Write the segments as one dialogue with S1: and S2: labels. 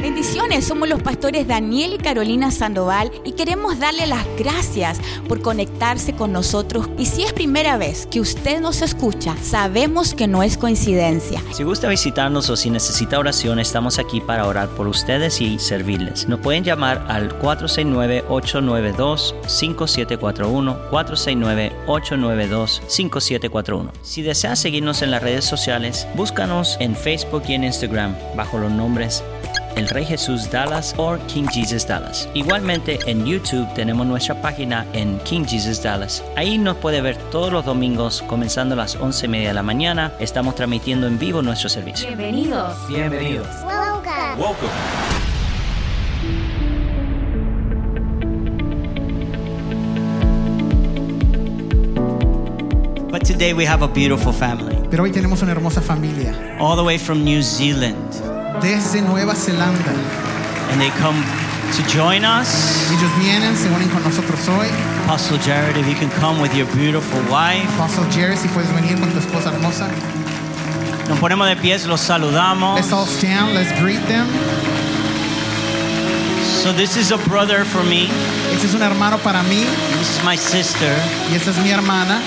S1: Bendiciones, somos los pastores Daniel y Carolina Sandoval y queremos darle las gracias por conectarse con nosotros. Y si es primera vez que usted nos escucha, sabemos que no es coincidencia.
S2: Si gusta visitarnos o si necesita oración, estamos aquí para orar por ustedes y servirles. Nos pueden llamar al 469-892-5741, 469-892-5741. Si desea seguirnos en las redes sociales, búscanos en Facebook y en Instagram bajo los nombres el Rey Jesús Dallas o King Jesus Dallas. Igualmente en YouTube tenemos nuestra página en King Jesus Dallas. Ahí nos puede ver todos los domingos comenzando a las 11 y media de la mañana. Estamos transmitiendo en vivo nuestro servicio.
S3: Bienvenidos.
S4: Bienvenidos.
S5: Welcome.
S4: Welcome.
S2: But today we have a beautiful family,
S6: Pero hoy tenemos una hermosa familia
S2: all the way from New Zealand.
S6: desde Nueva Zelanda.
S2: And they come to join us.
S6: Ellos vienen, se unen con nosotros hoy.
S2: Apostle Jared, if you can come with your beautiful wife.
S6: Apostle Jerry, si puedes venir con tu esposa hermosa.
S2: Nos ponemos de pies, los saludamos.
S6: Let's all stand, let's greet them.
S2: So this is a brother for me.
S6: Este es un hermano para mí
S2: This is my sister.
S6: y esta es mi hermana.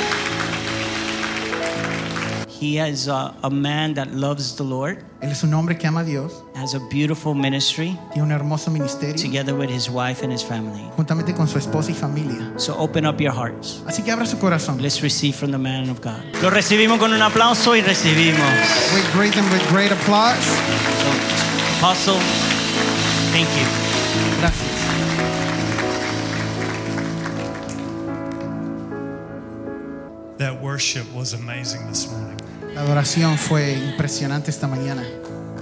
S2: He is a, a man that loves the Lord,
S6: Él es un hombre que ama a Dios,
S2: has a beautiful ministry
S6: tiene un hermoso ministerio,
S2: together with his wife and his family.
S6: juntamente con su esposa y familia.
S2: So open up your hearts.
S6: Así que abra su corazón.
S2: Let's receive from the man of God. Lo recibimos con un aplauso y recibimos.
S6: We greet them with great applause.
S2: Apostle, thank you.
S6: Gracias.
S7: That worship was amazing this morning.
S6: La adoración fue impresionante esta mañana.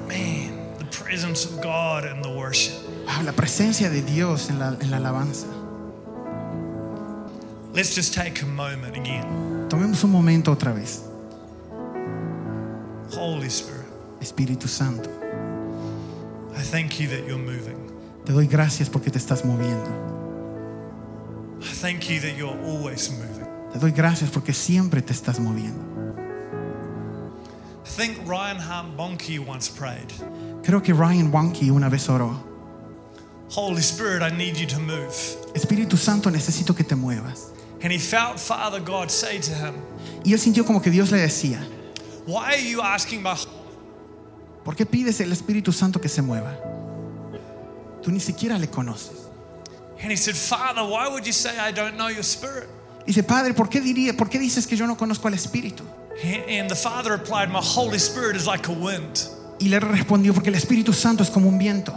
S7: Man, the presence of God and the worship.
S6: Wow, Ah, la presencia de Dios en la, en la alabanza.
S7: Let's just take a moment again.
S6: Tomemos un momento otra vez.
S7: Holy Spirit,
S6: Espíritu Santo,
S7: I thank you that you're moving.
S6: te doy gracias porque te estás moviendo.
S7: I thank you that you're always moving.
S6: Te doy gracias porque siempre te estás moviendo.
S7: I think Ryan Hart Bonke once prayed,
S6: Creo que Ryan Wonky una vez oró.
S7: Holy Spirit, I need you to move.
S6: Espíritu Santo, necesito que te muevas.
S7: And he felt Father God say to him,
S6: Y él sintió como que Dios le decía,
S7: Why are you asking my
S6: ¿por qué pides el Espíritu Santo que se mueva? Tú ni siquiera le conoces.
S7: And he said, Father, why would you say I don't know your spirit?
S6: Dice, Padre, ¿por qué, diría, ¿por qué dices que yo no conozco al Espíritu?
S7: And the father replied, My Holy Spirit is like a wind.
S6: Y le respondió, porque el Espíritu Santo es como un viento.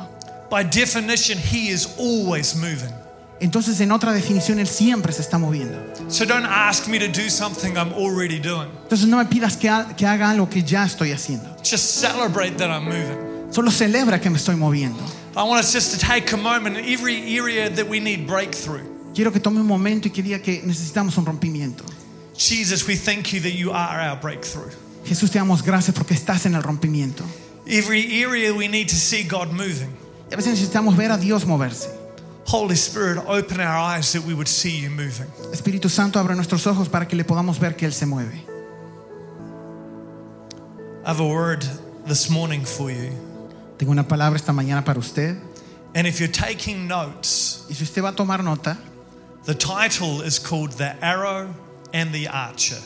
S7: By definition, he is always moving.
S6: Entonces, en otra definición, Él siempre se está moviendo.
S7: So don't ask me to do something I'm already doing.
S6: Entonces, no me pidas que, ha- que haga algo que ya estoy haciendo.
S7: Just celebrate that I'm moving.
S6: Solo celebra que me estoy moviendo.
S7: I want us just to take a moment in every area that we need breakthrough.
S6: Quiero que tome un momento y que diga que necesitamos un rompimiento.
S7: Jesus, we thank you that you are our breakthrough.
S6: Jesús, te damos gracias porque estás en el rompimiento.
S7: Every area we need to see God moving.
S6: Y a veces necesitamos ver a Dios moverse.
S7: Holy Spirit, open our eyes that we would see you moving.
S6: Espíritu Santo, abre nuestros ojos para que le podamos ver que Él se mueve.
S7: I have a word this morning for you.
S6: Tengo una palabra esta mañana para usted.
S7: And if you're taking notes,
S6: Y si usted va a tomar nota,
S7: the title is called The Arrow and the Archer.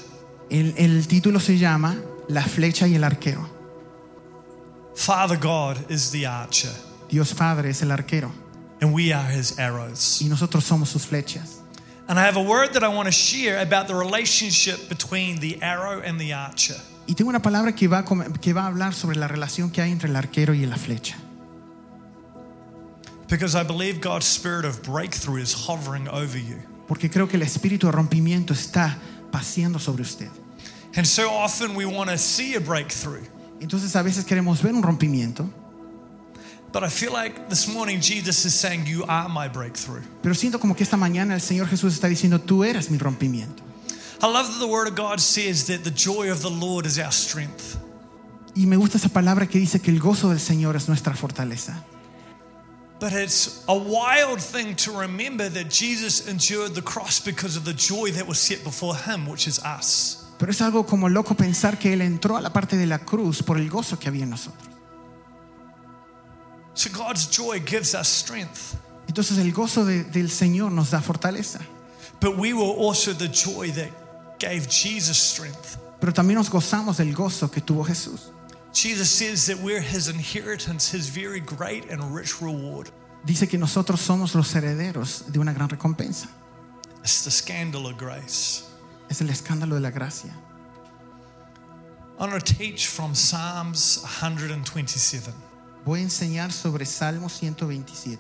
S6: el, el título se llama La flecha y el arquero.
S7: Father God is the archer,
S6: Dios Padre es el arquero
S7: and we are his arrows.
S6: y nosotros somos sus flechas.
S7: And I have a word that I want to share about the relationship between the arrow and the archer.
S6: Y tengo una palabra que va, a com- que va a hablar sobre la relación que hay entre el arquero y la flecha.
S7: Because I believe God's spirit of breakthrough is hovering over you.
S6: Porque creo que el espíritu de rompimiento está paseando sobre usted.
S7: And so often we want to see a breakthrough.
S6: Entonces a veces queremos ver un rompimiento,
S7: But I feel like this morning Jesus is saying, You are my breakthrough.
S6: pero siento como que esta mañana el Señor Jesús está diciendo, tú eres mi rompimiento.
S7: I love that the word of God says that the joy of the Lord is our strength.
S6: Y me gusta esa palabra que dice que el gozo del Señor es nuestra fortaleza.
S7: But it's a wild thing to remember that Jesus endured the cross because of the joy that was set before him, which is us.
S6: Pero es algo como loco pensar que Él entró a la parte de la cruz por el gozo que había en nosotros.
S7: So God's joy gives us strength,
S6: Entonces el gozo de- del Señor nos da fortaleza,
S7: but we were also the joy that gave Jesus strength.
S6: pero también nos gozamos del gozo que tuvo Jesús.
S7: Jesus says that we're his inheritance, his very great and rich reward.
S6: Dice que nosotros somos los herederos de una gran recompensa.
S7: It's the scandal of grace.
S6: Es el escándalo de la gracia.
S7: I'm going to teach from Psalms 127.
S6: Voy a enseñar sobre Salmo 127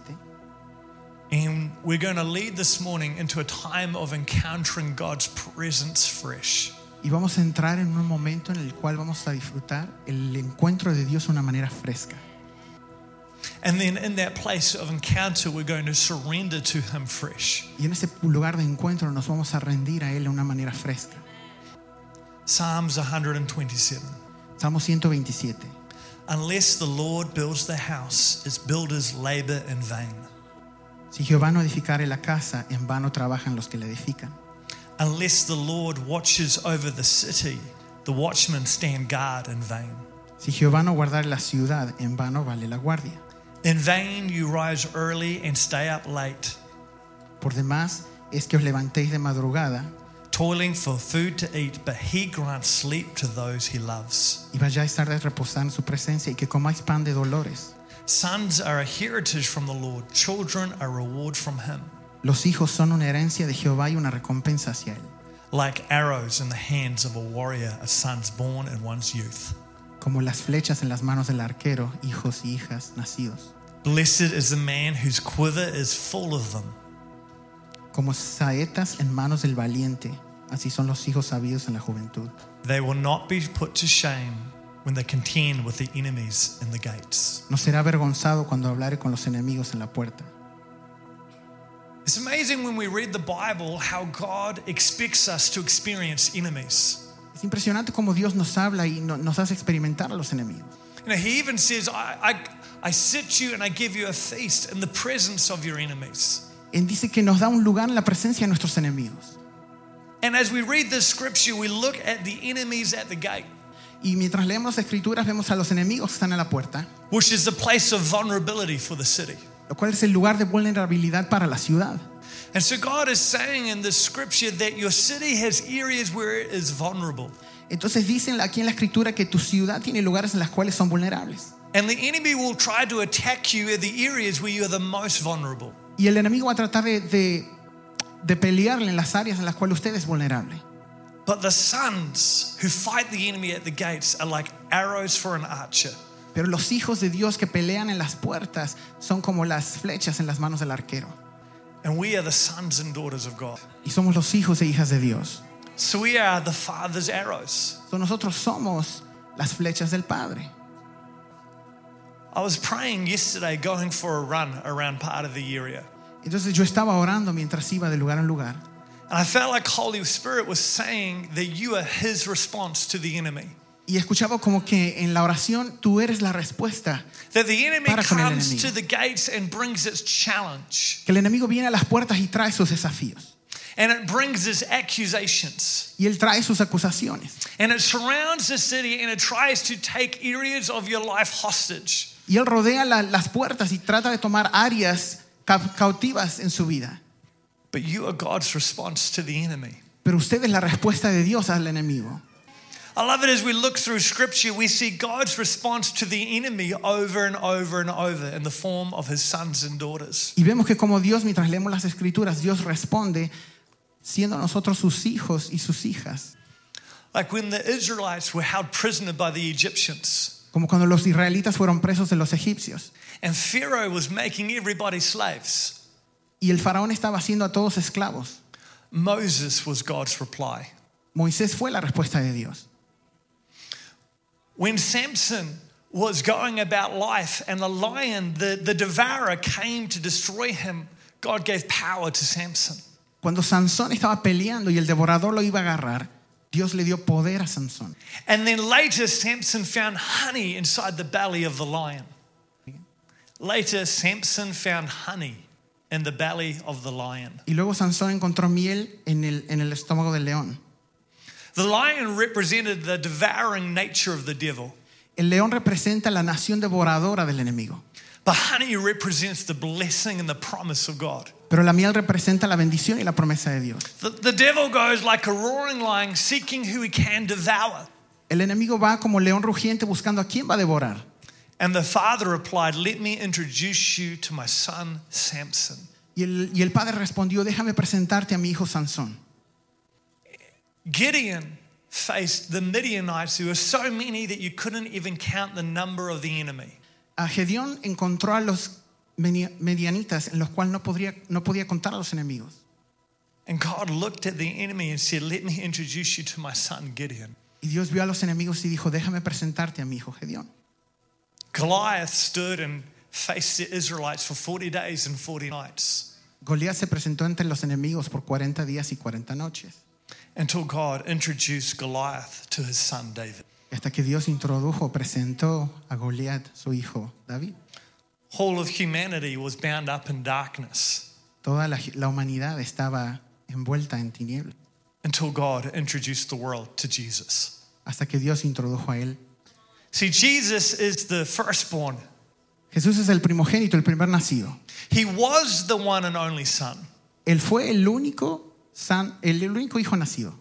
S7: And we're going to lead this morning into a time of encountering God's presence fresh.
S6: y vamos a entrar en un momento en el cual vamos a disfrutar el encuentro de Dios de una manera fresca.
S7: And then in that place of encounter, we're going to surrender to Him fresh.
S6: Y en ese lugar de encuentro nos vamos a rendir a Él de una manera fresca.
S7: Psalms 127.
S6: Salmo 127.
S7: Unless the Lord builds the house, its builders labor in vain.
S6: Si Jehová no edificare la casa, en vano trabajan los que la edifican.
S7: Unless the Lord watches over the city, the watchmen stand guard in vain.
S6: Si Jehová no guardare la ciudad, en vano vale la guardia.
S7: In vain you rise early and stay up late,
S6: Por demás es que os levantéis de madrugada
S7: toiling for food to eat, but He grants sleep to those He loves.
S6: y vayáis tarde a reposar en su presencia y que comáis pan de dolores.
S7: Sons are a heritage from the Lord, children a reward from Him,
S6: Los hijos son una herencia de Jehová y una recompensa hacia él,
S7: like arrows in the hands of a warrior, a son's born in one's youth.
S6: como las flechas en las manos del arquero, hijos y hijas nacidos.
S7: Blessed is the man whose quiver is full of them.
S6: Como saetas en manos del valiente, así son los hijos sabidos en la juventud.
S7: They will not be put to shame when they contend with the enemies in the gates.
S6: No será avergonzado cuando hablare con los enemigos en la puerta.
S7: It's amazing when we read the Bible how God expects us to experience enemies.
S6: Es impresionante cómo Dios nos habla y no- nos hace experimentar a los enemigos.
S7: You know, He even says, I, I, I sit you and I give you a feast in the presence of your enemies.
S6: Él dice que nos da un lugar en la presencia de nuestros enemigos.
S7: And as we read this scripture, we look at the enemies at the gate,
S6: Y mientras leemos las escrituras vemos a los enemigos que están a la puerta,
S7: which is the place of vulnerability for the city.
S6: lo cual es el lugar de vulnerabilidad para la ciudad.
S7: And so God is saying in this scripture that your city has areas where it is vulnerable.
S6: Entonces dicen aquí en la escritura que tu ciudad tiene lugares en los cuales son vulnerables.
S7: And the enemy will try to attack you in the areas where you are the most vulnerable.
S6: Y el enemigo va a tratar de, de, de pelearle en las áreas en las cuales usted es vulnerable.
S7: But the sons who fight the enemy at the gates are like arrows for an archer.
S6: Pero los hijos de Dios que pelean en las puertas son como las flechas en las manos del arquero.
S7: And we are the sons and daughters of God.
S6: Y somos los hijos e hijas de Dios.
S7: So we are the Father's arrows.
S6: So, nosotros somos las flechas del Padre.
S7: I was praying yesterday going for a run around part of the area.
S6: Entonces yo estaba orando mientras iba de lugar en lugar.
S7: And I felt like Holy Spirit was saying that you are his response to the enemy.
S6: Y escuchaba como que en la oración tú eres la respuesta.
S7: That the enemy
S6: Para con el
S7: comes
S6: enemigo.
S7: to the gates and brings its challenge
S6: Que el enemigo viene a las puertas y trae sus desafíos.
S7: and it brings its accusations
S6: Y él trae sus acusaciones.
S7: and it surrounds the city and it tries to take areas of your life hostage.
S6: Y él rodea la- las puertas y trata de tomar áreas ca- cautivas en su vida.
S7: But you are God's response to the enemy.
S6: Pero usted es la respuesta de Dios al enemigo.
S7: I love it as we look through scripture, we see God's response to the enemy over and over and over in the form of his sons and daughters.
S6: Y vemos que como Dios, mientras leemos las escrituras, Dios responde siendo nosotros sus hijos y sus hijas.
S7: Like when the Israelites were held prisoner by the Egyptians.
S6: Como cuando los israelitas fueron presos de los egipcios.
S7: And Pharaoh was making everybody slaves.
S6: Y el faraón estaba haciendo a todos esclavos.
S7: Moses was God's reply.
S6: Moisés fue la respuesta de Dios.
S7: When Samson was going about life and the lion, the, the devourer, came to destroy him, God gave power to Samson.
S6: Cuando Sansón estaba peleando y el devorador lo iba a agarrar, Dios le dio poder a Sansón.
S7: And then later, Samson found honey inside the belly of the lion. Later, Samson found honey in the belly of the lion.
S6: Y luego Sansón encontró miel en el, en el estómago del león.
S7: The lion represented the devouring nature of the devil.
S6: El león representa la nación devoradora del enemigo.
S7: But honey represents the blessing and the promise of God.
S6: Pero la miel representa la bendición y la promesa de Dios.
S7: The, the devil goes like a roaring lion, seeking who he can devour.
S6: El enemigo va como león rugiente buscando a quién va a devorar.
S7: And the father replied, Let me introduce you to my son, Samson.
S6: Y el, y el padre respondió, déjame presentarte a mi hijo Sansón.
S7: Gideon faced the Midianites, who were so many that you couldn't even count the number of the enemy.
S6: A Gedeón encontró a los meni- medianitas en los cuales no, podría, no podía contar a los enemigos.
S7: And God looked at the enemy and said, Let me introduce you to my son, Gideon.
S6: Y Dios vio a los enemigos y dijo, déjame presentarte a mi hijo Gedeón.
S7: Goliath stood and faced the Israelites for 40 days and 40 nights
S6: Goliat se presentó entre los enemigos por 40 días y 40 noches,
S7: until God introduced Goliath to his son, David.
S6: hasta que Dios introdujo, presentó a Goliat, su hijo David.
S7: All of humanity was bound up in darkness
S6: Toda la, la humanidad estaba envuelta en tinieblas,
S7: until God introduced the world to Jesus.
S6: hasta que Dios introdujo a él.
S7: See, Jesus is the firstborn,
S6: Jesús es el primogénito, el primer nacido.
S7: he was the one and only son.
S6: Él fue el único, san- el único hijo nacido.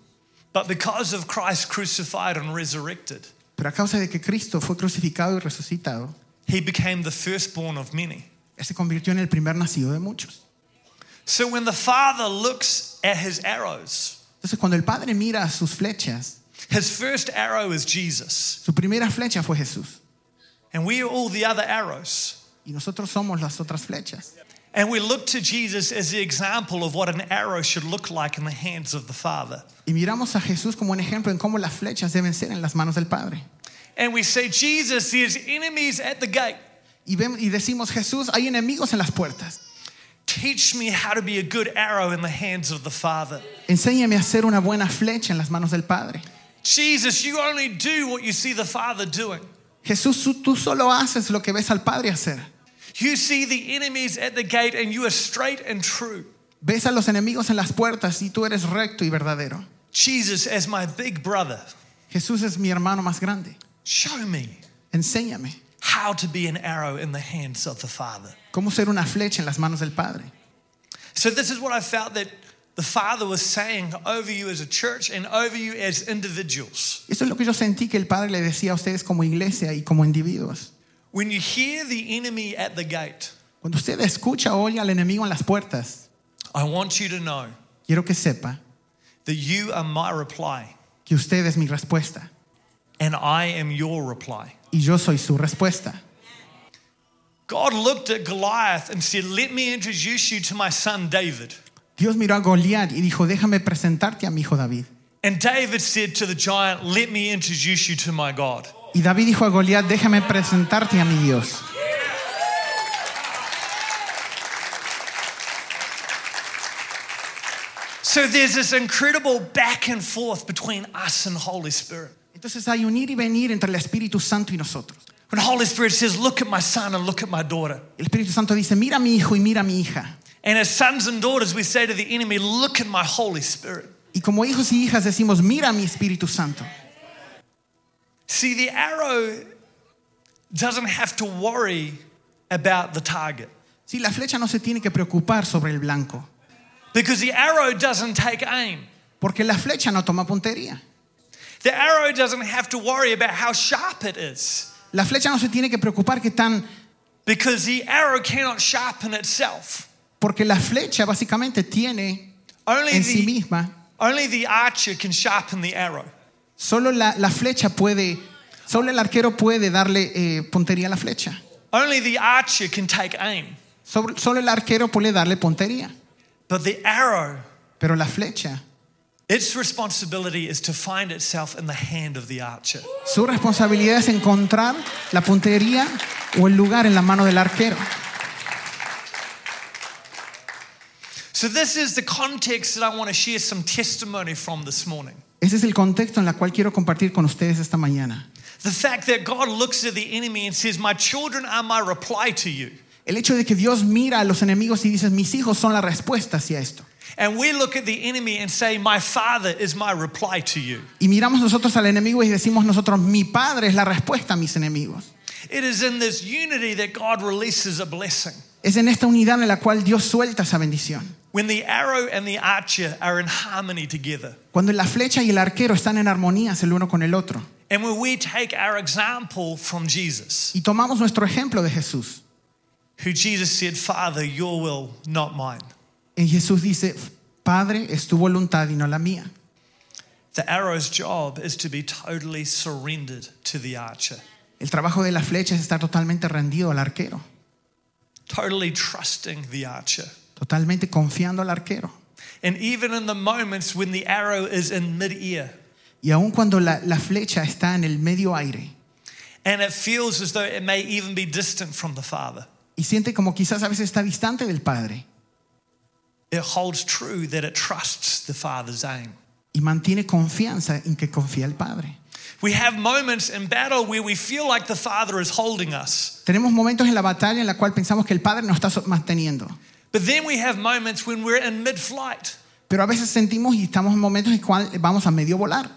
S7: But because of Christ crucified and resurrected,
S6: Pero a causa de que Cristo fue crucificado y resucitado,
S7: he became the firstborn of many.
S6: Él se convirtió en el primer nacido de muchos.
S7: So when the father looks at his arrows,
S6: Entonces cuando el Padre mira sus flechas,
S7: his first arrow is Jesus,
S6: su primera flecha fue Jesús.
S7: and we are all the other arrows.
S6: Y nosotros somos las otras flechas.
S7: And we look to Jesus as the example of what an arrow should look like in the hands of the Father.
S6: Y miramos a Jesús como un ejemplo en cómo las flechas deben ser en las manos del Padre.
S7: And we say, Jesus, there's enemies at the gate.
S6: Y, vemos, y decimos, Jesús, hay enemigos en las puertas.
S7: Teach me how to be a good arrow in the hands of the Father.
S6: Enséñame a hacer una buena flecha en las manos del Padre.
S7: Jesus, you only do what you see the Father doing.
S6: Jesús, tú- tú solo haces lo que ves al Padre hacer.
S7: You see the enemies at the gate and you are straight and true.
S6: Ves a los enemigos en las puertas y tú eres recto y verdadero.
S7: Jesus, as my big brother,
S6: Jesús es mi hermano más grande.
S7: show me
S6: Enséñame
S7: how to be an arrow in the hands of the Father.
S6: cómo ser una flecha en las manos del Padre.
S7: So, this is what I felt that the Father was saying over you as a church and over you as individuals.
S6: Eso es lo que yo sentí que el Padre le decía a ustedes como iglesia y como individuos.
S7: When you hear the enemy at the gate,
S6: Cuando usted escucha o oye al enemigo en las puertas,
S7: I want you to know
S6: quiero que sepa
S7: that you are my reply
S6: que usted es mi respuesta
S7: and I am your reply.
S6: y yo soy su respuesta.
S7: God looked at Goliath and said, Let me introduce you to my son David.
S6: Dios miró a Goliat y dijo, déjame presentarte a mi hijo David.
S7: And David said to the giant, Let me introduce you to my God.
S6: Y David dijo a Goliat, déjame presentarte a mi Dios.
S7: So there's this incredible back and forth between us and Holy Spirit.
S6: Entonces hay un ir y venir entre el Espíritu Santo y nosotros.
S7: When Holy Spirit says, Look at my son and look at my daughter.
S6: El Espíritu Santo dice, mira a mi hijo y mira a mi hija.
S7: And as sons and daughters, we say to the enemy, Look at my Holy Spirit.
S6: Y como hijos y hijas decimos, mira a mi Espíritu Santo.
S7: See, the arrow doesn't have to worry about the target
S6: Si la flecha no se tiene que preocupar sobre el blanco,
S7: because the arrow doesn't take aim.
S6: porque la flecha no toma puntería.
S7: The arrow doesn't have to worry about how sharp it is
S6: La flecha no se tiene que preocupar que tan,
S7: because the arrow cannot sharpen itself.
S6: porque la flecha básicamente tiene
S7: Only
S6: en sí
S7: the,
S6: misma,
S7: only the archer can sharpen the arrow.
S6: solo la, la flecha puede, solo el arquero puede darle eh, puntería a la flecha.
S7: Only the archer can take aim.
S6: Sobre- solo el arquero puede darle puntería.
S7: But the arrow,
S6: Pero la flecha,
S7: its responsibility is to find itself in the hand of the archer.
S6: su responsabilidad es encontrar la puntería o el lugar en la mano del arquero.
S7: So, this is the context that I want to share some testimony from this morning.
S6: Ese es el contexto en el cual quiero compartir con ustedes esta mañana.
S7: The fact that God looks at the enemy and says, My children are my reply to you.
S6: El hecho de que Dios mira a los enemigos y dice, mis hijos son la respuesta hacia esto.
S7: And we look at the enemy and say, My father is my reply to you.
S6: Y miramos nosotros al enemigo y decimos nosotros, mi padre es la respuesta a mis enemigos.
S7: It is in this unity that God releases a blessing.
S6: Es en esta unidad en la cual Dios suelta esa bendición.
S7: When the arrow and the archer are in harmony together,
S6: Cuando la flecha y el arquero están en armonías el uno con el otro.
S7: and when we take our example from Jesus,
S6: Y tomamos nuestro ejemplo de Jesús.
S7: who Jesus said, Father, your will, not mine.
S6: Y Jesús dice, Padre, es tu voluntad y no la mía.
S7: The arrow's job is to be totally surrendered to the archer,
S6: El trabajo de la flecha es estar totalmente rendido al arquero,
S7: totally trusting the archer.
S6: totalmente confiando al arquero.
S7: And even in the moments when the arrow is in mid-air
S6: Y aun cuando la, la flecha está en el medio aire
S7: and it feels as though it may even be distant from the Father,
S6: y siente como quizás a veces está distante del Padre
S7: it holds true that it trusts the Father's aim.
S6: y mantiene confianza en que confía el Padre.
S7: We have moments in battle where we feel like the Father is holding us,
S6: Tenemos momentos en la batalla en la cual pensamos que el Padre nos está so- manteniendo,
S7: but then we have moments when we're in mid flight.
S6: pero a veces sentimos y estamos en momentos en cual vamos a medio volar.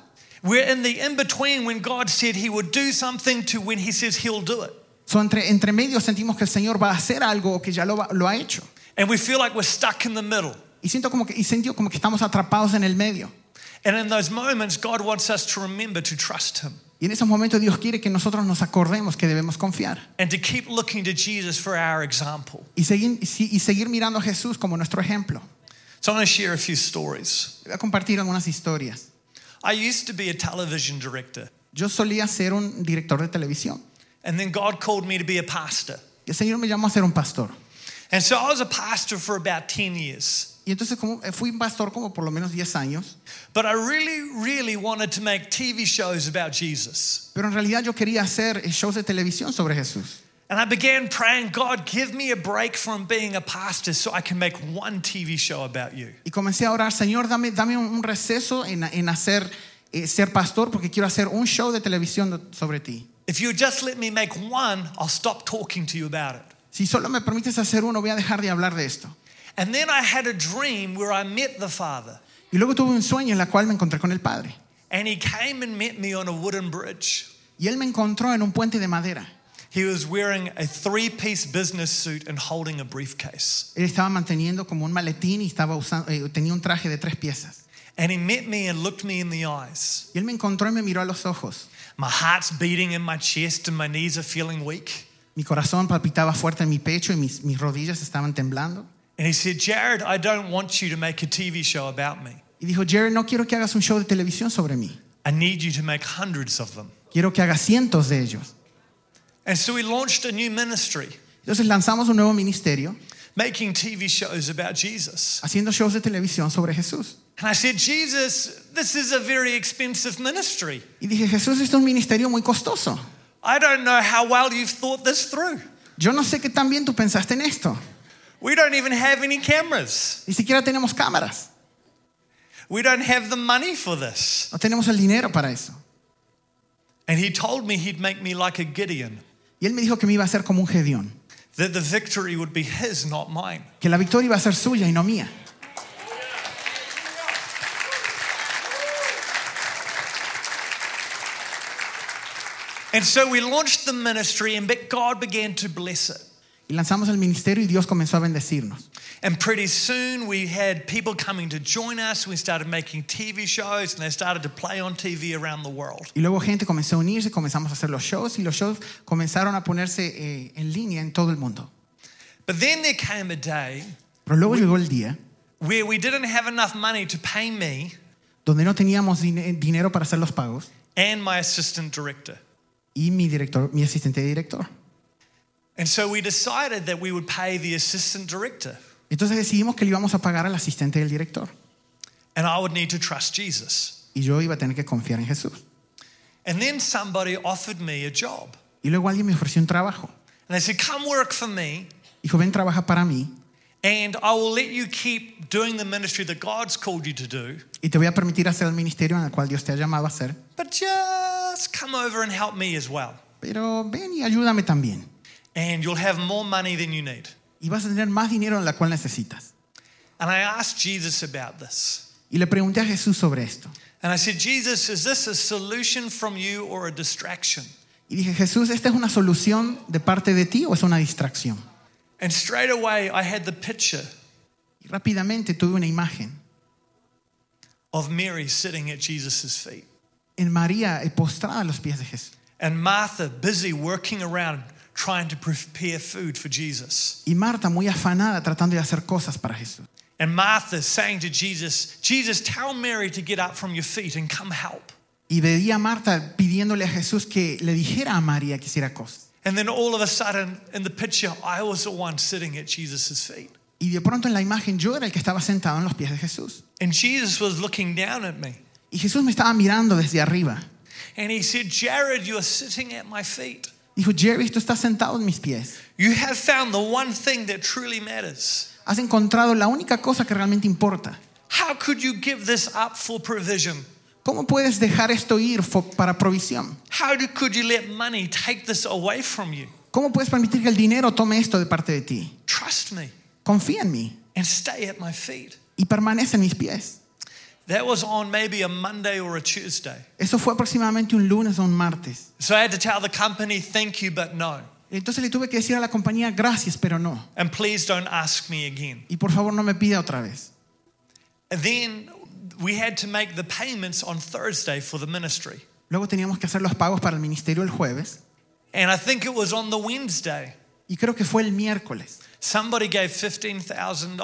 S7: We're in the in between when God said He would do something to when He says He'll do it.
S6: So, entre, entre medio sentimos que el Señor va a hacer algo o que ya lo, va- lo ha hecho.
S7: And we feel like we're stuck in the middle.
S6: Y siento como que, y sentí como que estamos atrapados en el medio.
S7: And in those moments, God wants us to remember to trust Him
S6: Y en esos momentos Dios quiere que nosotros nos acordemos que debemos confiar
S7: and to keep looking to Jesus for our example.
S6: y seguir, y si- y seguir mirando a Jesús como nuestro ejemplo.
S7: So I'm going to share a few stories.
S6: Voy a compartir algunas historias.
S7: I used to be a television director,
S6: Yo solía ser un director de televisión.
S7: and then God called me to be a pastor.
S6: El Señor me llamó a ser un pastor.
S7: And so I was a pastor for about 10 years.
S6: Y entonces como, eh, fui un pastor como por lo menos 10 años,
S7: But I really, really wanted to make TV shows about Jesus.
S6: pero en realidad yo quería hacer eh, shows de televisión sobre Jesús.
S7: And I began praying, God, give me a break from being a pastor so I can make one TV show about you.
S6: Y comencé a orar, Señor, dame, dame un un receso en, en hacer, eh, ser pastor porque quiero hacer un show de televisión sobre ti.
S7: If you just let me make one, I'll stop talking to you about it.
S6: Si solo me permites hacer uno, voy a dejar de hablar de esto.
S7: And then I had a dream where I met the Father,
S6: Y luego tuve un sueño en la cual me encontré con el Padre.
S7: and he came and met me on a wooden bridge.
S6: Y él me encontró en un puente de madera.
S7: He was wearing a three piece business suit and holding a briefcase.
S6: Él estaba manteniendo como un maletín y estaba usando, eh, tenía un traje de tres piezas.
S7: And he met me and looked me in the eyes.
S6: Y él me encontró y me miró a los ojos.
S7: My heart's beating in my chest, and my knees are feeling weak.
S6: Mi corazón palpitaba fuerte en mi pecho y mis, mis rodillas estaban temblando.
S7: And he said, Jared, I don't want you to make a TV show about me.
S6: Y dijo, Jerry, no quiero que hagas un show de televisión sobre mí.
S7: I need you to make hundreds of them.
S6: Quiero que hagas cientos de ellos.
S7: And so we launched a new ministry,
S6: Entonces lanzamos un nuevo ministerio
S7: making TV shows about Jesus.
S6: haciendo shows de televisión sobre Jesús.
S7: And I said, Jesus, this is a very expensive ministry.
S6: Y dije, Jesús, esto es un ministerio muy costoso.
S7: I don't know how well you've thought this through.
S6: Yo no sé qué tan bien tú pensaste en esto.
S7: We don't even have any cameras.
S6: Ni siquiera tenemos cámaras.
S7: We don't have the money for this.
S6: No tenemos el dinero para eso.
S7: And he told me he'd make me like a Gideon,
S6: Y él me dijo que me iba a hacer como un gedeón,
S7: that the victory would be his, not mine.
S6: que la victoria iba a ser suya y no mía.
S7: And so we launched the ministry, and be- God began to bless it.
S6: Y lanzamos el ministerio y Dios comenzó a bendecirnos.
S7: And pretty soon we had people coming to join us. We started making TV shows and they started to play on TV around the world.
S6: Y luego gente comenzó a unirse, comenzamos a hacer los shows y los shows comenzaron a ponerse eh, en línea en todo el mundo.
S7: But then there came a day
S6: Pero luego llegó el día
S7: where we didn't have enough money to pay me
S6: donde no teníamos dine- dinero para hacer los pagos
S7: and my assistant director.
S6: y mi director, mi asistente de director.
S7: And so we decided that we would pay the assistant director
S6: Entonces decidimos que le íbamos a pagar al asistente del director
S7: and I would need to trust Jesus.
S6: y yo iba a tener que confiar en Jesús.
S7: And then somebody offered me a job
S6: Y luego alguien me ofreció un trabajo.
S7: and they said, Come work for me
S6: Dijo, ven, trabaja para mí
S7: and I will let you keep doing the ministry that God's called you to do.
S6: y te voy a permitir hacer el ministerio en el cual Dios te ha llamado a hacer.
S7: but just come over and help me as well.
S6: Pero ven y ayúdame también.
S7: And you'll have more money than you need.
S6: Y vas a tener más dinero en la cual necesitas.
S7: And I asked Jesus about this.
S6: Y le pregunté a Jesús sobre esto.
S7: And I said, Jesus, is this a solution from you or a distraction?
S6: Y dije, Jesús, ¿esta es una solución de parte de ti o es una distracción?
S7: And straight away, I had the picture
S6: Y rápidamente tuve una imagen
S7: of Mary sitting at Jesus' feet
S6: en María eh, postrada a los pies de Jesús
S7: and Martha busy working around trying to prepare food for Jesus.
S6: y Marta muy afanada tratando de hacer cosas para Jesús.
S7: And Martha saying to Jesus, Jesus, tell Mary to get up from your feet and come help.
S6: Y veía a Marta pidiéndole a Jesús que le dijera a María que hiciera cosas.
S7: And then all of a sudden, in the picture, I was the one sitting at Jesus' feet.
S6: Y de pronto en la imagen yo era el que estaba sentado en los pies de Jesús.
S7: And Jesus was looking down at me.
S6: Y Jesús me estaba mirando desde arriba.
S7: And he said, Jared, you're sitting at my feet.
S6: Dijo, Jerry, tú estás sentado en mis pies.
S7: You have found the one thing that truly matters.
S6: Has encontrado la única cosa que realmente importa.
S7: How could you give this up for provision?
S6: ¿Cómo puedes dejar esto ir fo- para provisión?
S7: How do, could you let money take this away from you?
S6: ¿Cómo puedes permitir que el dinero tome esto de parte de ti?
S7: Trust me
S6: Confía en mí
S7: and stay at my feet.
S6: y permanece en mis pies.
S7: That was on maybe a Monday or a Tuesday.
S6: Eso fue aproximadamente un lunes o un martes.
S7: So I had to tell the company, thank you, but no.
S6: Entonces le tuve que decir a la compañía, gracias, pero no.
S7: And please don't ask me again.
S6: Y por favor no me pida otra vez.
S7: And then we had to make the payments on Thursday for the ministry.
S6: Luego teníamos que hacer los pagos para el ministerio el jueves
S7: And I think it was on the Wednesday,
S6: y creo que fue el miércoles.
S7: somebody gave $15,000.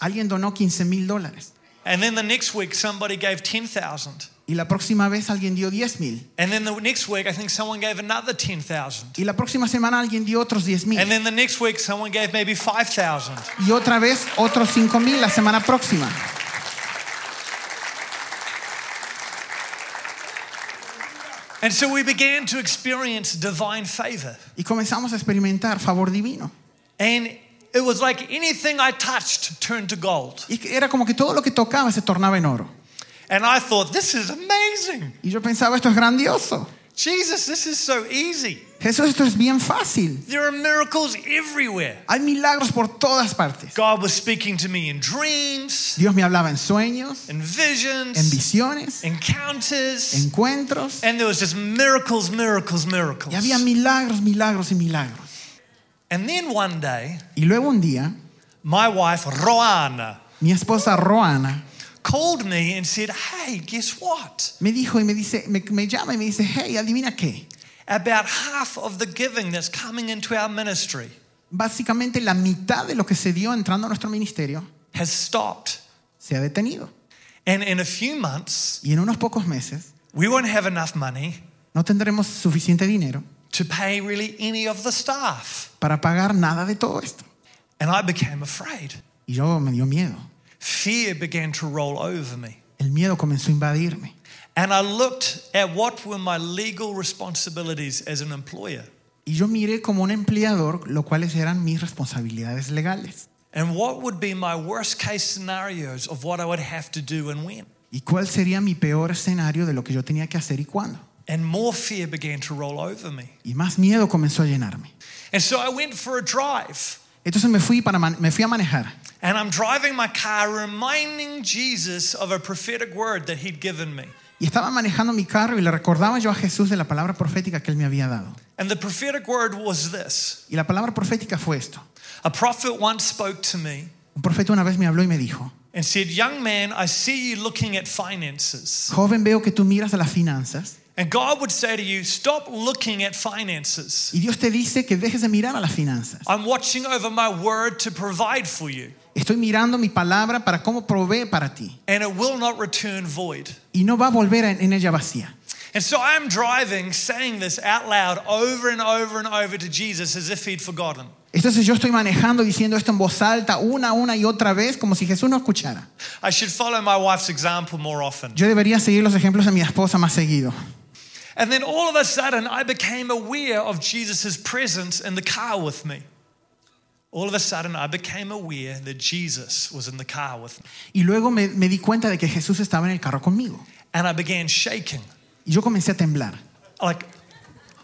S6: Alguien donó 15 mil dólares
S7: And then the next week, somebody gave 10,000.
S6: y la próxima vez alguien dio 10 mil
S7: And then the next week, I think someone gave another 10,000.
S6: y la próxima semana alguien dio otros 10 mil
S7: And then the next week, someone gave maybe 5,000.
S6: y otra vez otros 5 mil la semana próxima.
S7: And so we began to experience divine favor.
S6: Y comenzamos a experimentar favor divino.
S7: And it was like anything I touched turned to gold.
S6: Y que era como que todo lo que tocaba se tornaba en oro.
S7: And I thought, this is amazing.
S6: Y yo pensaba, esto es grandioso.
S7: Jesus, this is so easy.
S6: Jesús, esto es bien fácil.
S7: There are miracles everywhere.
S6: Hay milagros por todas partes.
S7: God was speaking to me in dreams,
S6: Dios me hablaba en sueños,
S7: in
S6: en
S7: visions,
S6: visiones,
S7: encounters,
S6: encuentros.
S7: and there was just miracles, miracles,
S6: Y había
S7: miracles.
S6: milagros, milagros y milagros.
S7: And then one day,
S6: Y luego un día,
S7: my wife, Roana,
S6: mi esposa Roana
S7: called me and said, Hey, guess what?
S6: me dijo y me dice, me, me llama y me dice, hey, adivina qué.
S7: About half of the giving that's coming into our ministry
S6: Básicamente la mitad de lo que se dio entrando a nuestro ministerio
S7: has stopped.
S6: se ha detenido.
S7: And in a few months,
S6: Y en unos pocos meses
S7: we won't have enough money
S6: no tendremos suficiente dinero
S7: to pay really any of the staff.
S6: para pagar nada de todo esto.
S7: And I became afraid.
S6: Y yo me dio miedo.
S7: Fear began to roll over me.
S6: El miedo comenzó a invadirme.
S7: And I looked at what were my legal responsibilities as an employer.
S6: Y yo miré como un empleador lo cuales eran mis responsabilidades legales.
S7: And what would be my worst case scenarios of what I would have to do and when?
S6: ¿Y cuál sería mi peor escenario de lo que yo tenía que hacer y cuándo?
S7: And more fear began to roll over me.
S6: Y más miedo comenzó a llenarme.
S7: And so I went for a drive.
S6: Entonces me fui, para man- me fui a manejar.
S7: And I'm driving my car, reminding Jesus of a prophetic word that he'd given me.
S6: Y estaba manejando mi carro y le recordaba yo a Jesús de la palabra profética que él me había dado.
S7: And the prophetic word was this
S6: Y la palabra profética fue esto.
S7: A prophet once spoke to me
S6: Un profeta una vez me habló y me dijo,
S7: and said, Young man, I see you looking at finances.
S6: joven veo que tú miras a las finanzas
S7: And God would say to you, Stop looking at finances.
S6: y Dios te dice que dejes de mirar a las finanzas.
S7: I'm watching over my word to provide for you,
S6: Estoy mirando mi palabra para cómo provee para ti
S7: and it will not return void.
S6: y no va a volver en en ella vacía.
S7: And so I'm driving, saying this out loud over and over and over to Jesus as if he'd forgotten.
S6: Entonces yo estoy manejando diciendo esto en voz alta una, una y otra vez como si Jesús no escuchara.
S7: I should follow my wife's example more often.
S6: Yo debería seguir los ejemplos de mi esposa más seguido.
S7: And then all of a sudden, I became aware of Jesus' presence in the car with me. All of a sudden, I became aware that Jesus was in the car with me.
S6: Y luego me, me di cuenta de que Jesús estaba en el carro conmigo.
S7: And I began shaking,
S6: Y yo comencé a temblar,
S7: like,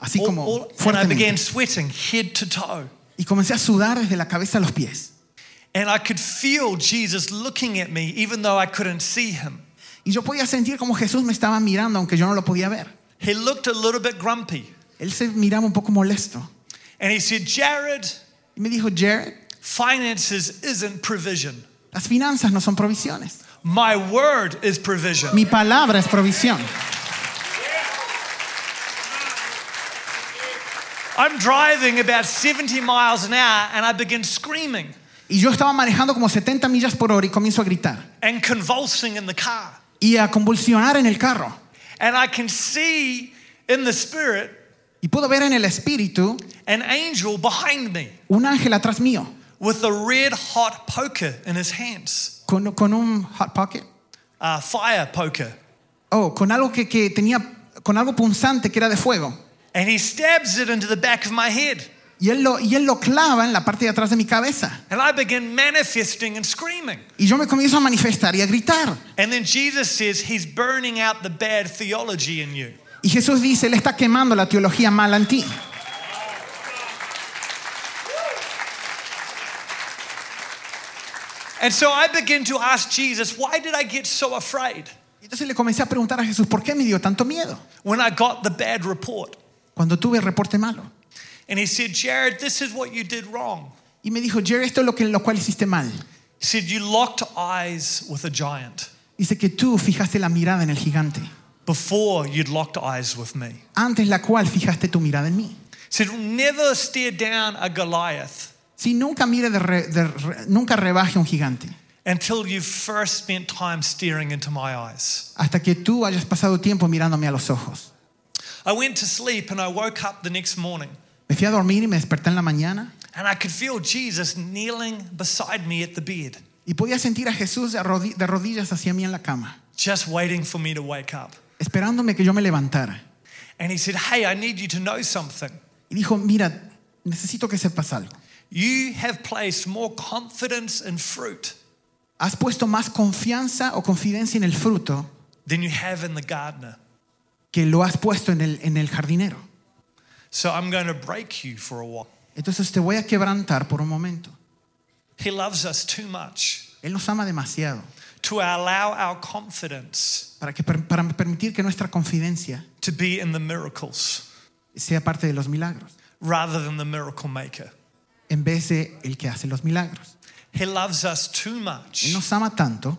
S6: así
S7: all,
S6: como
S7: all- and I
S6: fuertemente.
S7: began sweating head to toe.
S6: Y comencé a sudar desde la cabeza a los pies.
S7: And I could feel Jesus looking at me, even though I couldn't see him.
S6: Y yo podía sentir como Jesús me estaba mirando, aunque yo no lo podía ver.
S7: He looked a little bit grumpy.
S6: Él se miraba un poco molesto.
S7: And he said, Jared,
S6: Y me dijo, Jared,
S7: finances isn't provision.
S6: las finanzas no son provisiones.
S7: My word is provision.
S6: Mi palabra es provisión.
S7: I'm driving about 70 miles an hour and I begin screaming
S6: Y yo estaba manejando como 70 millas por hora y comienzo a gritar
S7: and convulsing in the car.
S6: y a convulsionar en el carro.
S7: And I can see in the spirit
S6: Y puedo ver en el espíritu
S7: an angel behind me
S6: un ángel atrás mío
S7: with a red hot poker in his hands,
S6: con, con un hot pocket.
S7: a fire poker.
S6: Oh, con algo que, que tenía, con algo punzante que era de fuego.
S7: And he stabs it into the back of my head.
S6: Y él, lo, y él lo clava en la parte de atrás de mi cabeza.
S7: And I begin manifesting and screaming.
S6: Y yo me comienzo a manifestar y a gritar.
S7: And then Jesus says, He's burning out the bad theology in you.
S6: Y Jesús dice, Él está quemando la teología mala en ti.
S7: And so I begin to ask Jesus, Why did I get so afraid
S6: Y Entonces le comencé a preguntar a Jesús, ¿por qué me dio tanto miedo
S7: when I got the bad report?
S6: cuando tuve el reporte malo?
S7: And he said, Jared, this is what you did wrong.
S6: Y me dijo, Jerry, esto es lo, que, lo cual hiciste mal.
S7: He said, You locked eyes with a giant
S6: Dice que tú fijaste la mirada en el gigante,
S7: before you'd locked eyes with me.
S6: antes la cual fijaste tu mirada en mí.
S7: He said, Never stare down a Goliath
S6: Si nunca mire de re- de re- nunca rebaje a un gigante,
S7: until you've first spent time staring into my eyes.
S6: hasta que tú hayas pasado tiempo mirándome a los ojos.
S7: I went to sleep and I woke up the next morning
S6: Me fui a dormir y me desperté en la mañana
S7: and I could feel Jesus kneeling beside me at the bed,
S6: y podía sentir a Jesús de, arrodi- de rodillas hacia mí en la cama,
S7: just waiting for me to wake up.
S6: esperándome que yo me levantara.
S7: And he said, Hey, I need you to know something.
S6: Y dijo, mira, necesito que sepas algo.
S7: You have placed more confidence in fruit
S6: Has puesto más confianza o confidencia en el fruto
S7: than you have in the gardener.
S6: que lo has puesto en el, en el jardinero.
S7: So I'm going to break you for a while.
S6: Entonces te voy a quebrantar por un momento.
S7: He loves us too much
S6: Él nos ama demasiado
S7: to allow our confidence
S6: para, que, per- para permitir que nuestra confidencia
S7: to be in the miracles
S6: sea parte de los milagros,
S7: rather than the miracle maker.
S6: en vez de el que hace los milagros.
S7: He loves us too
S6: Él
S7: much
S6: nos ama tanto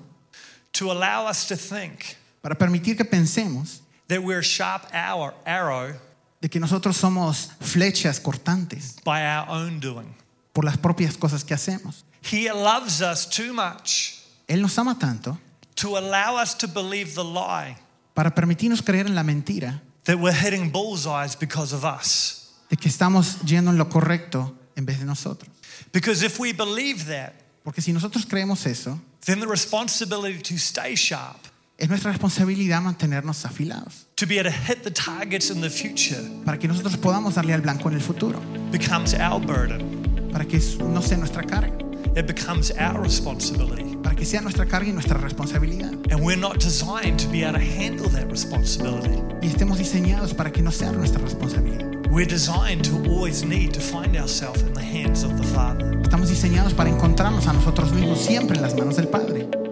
S7: to allow us to think
S6: para permitir que pensemos
S7: that we're a sharp hour, arrow
S6: de que nosotros somos flechas cortantes
S7: by our own doing.
S6: por las propias cosas que hacemos.
S7: He loves us too much
S6: Él nos ama tanto
S7: to allow us to believe the lie
S6: para permitirnos creer en la mentira
S7: that we're hitting bullseyes because of us.
S6: de que estamos yendo en lo correcto en vez de nosotros.
S7: Because if we believe that,
S6: Porque si nosotros creemos eso,
S7: then the responsibility to stay sharp,
S6: es nuestra responsabilidad mantenernos afilados
S7: to be able to hit the targets in the future,
S6: para que nosotros podamos darle al blanco en el futuro,
S7: becomes our burden.
S6: para que es- no sea nuestra carga,
S7: It becomes our responsibility.
S6: para que sea nuestra carga y nuestra responsabilidad.
S7: And we're not designed to be able to handle that responsibility.
S6: Y estemos diseñados para que no sea nuestra responsabilidad.
S7: We're designed to always need to find ourselves in the hands of the Father.
S6: Estamos diseñados para encontrarnos a nosotros mismos siempre en las manos del Padre.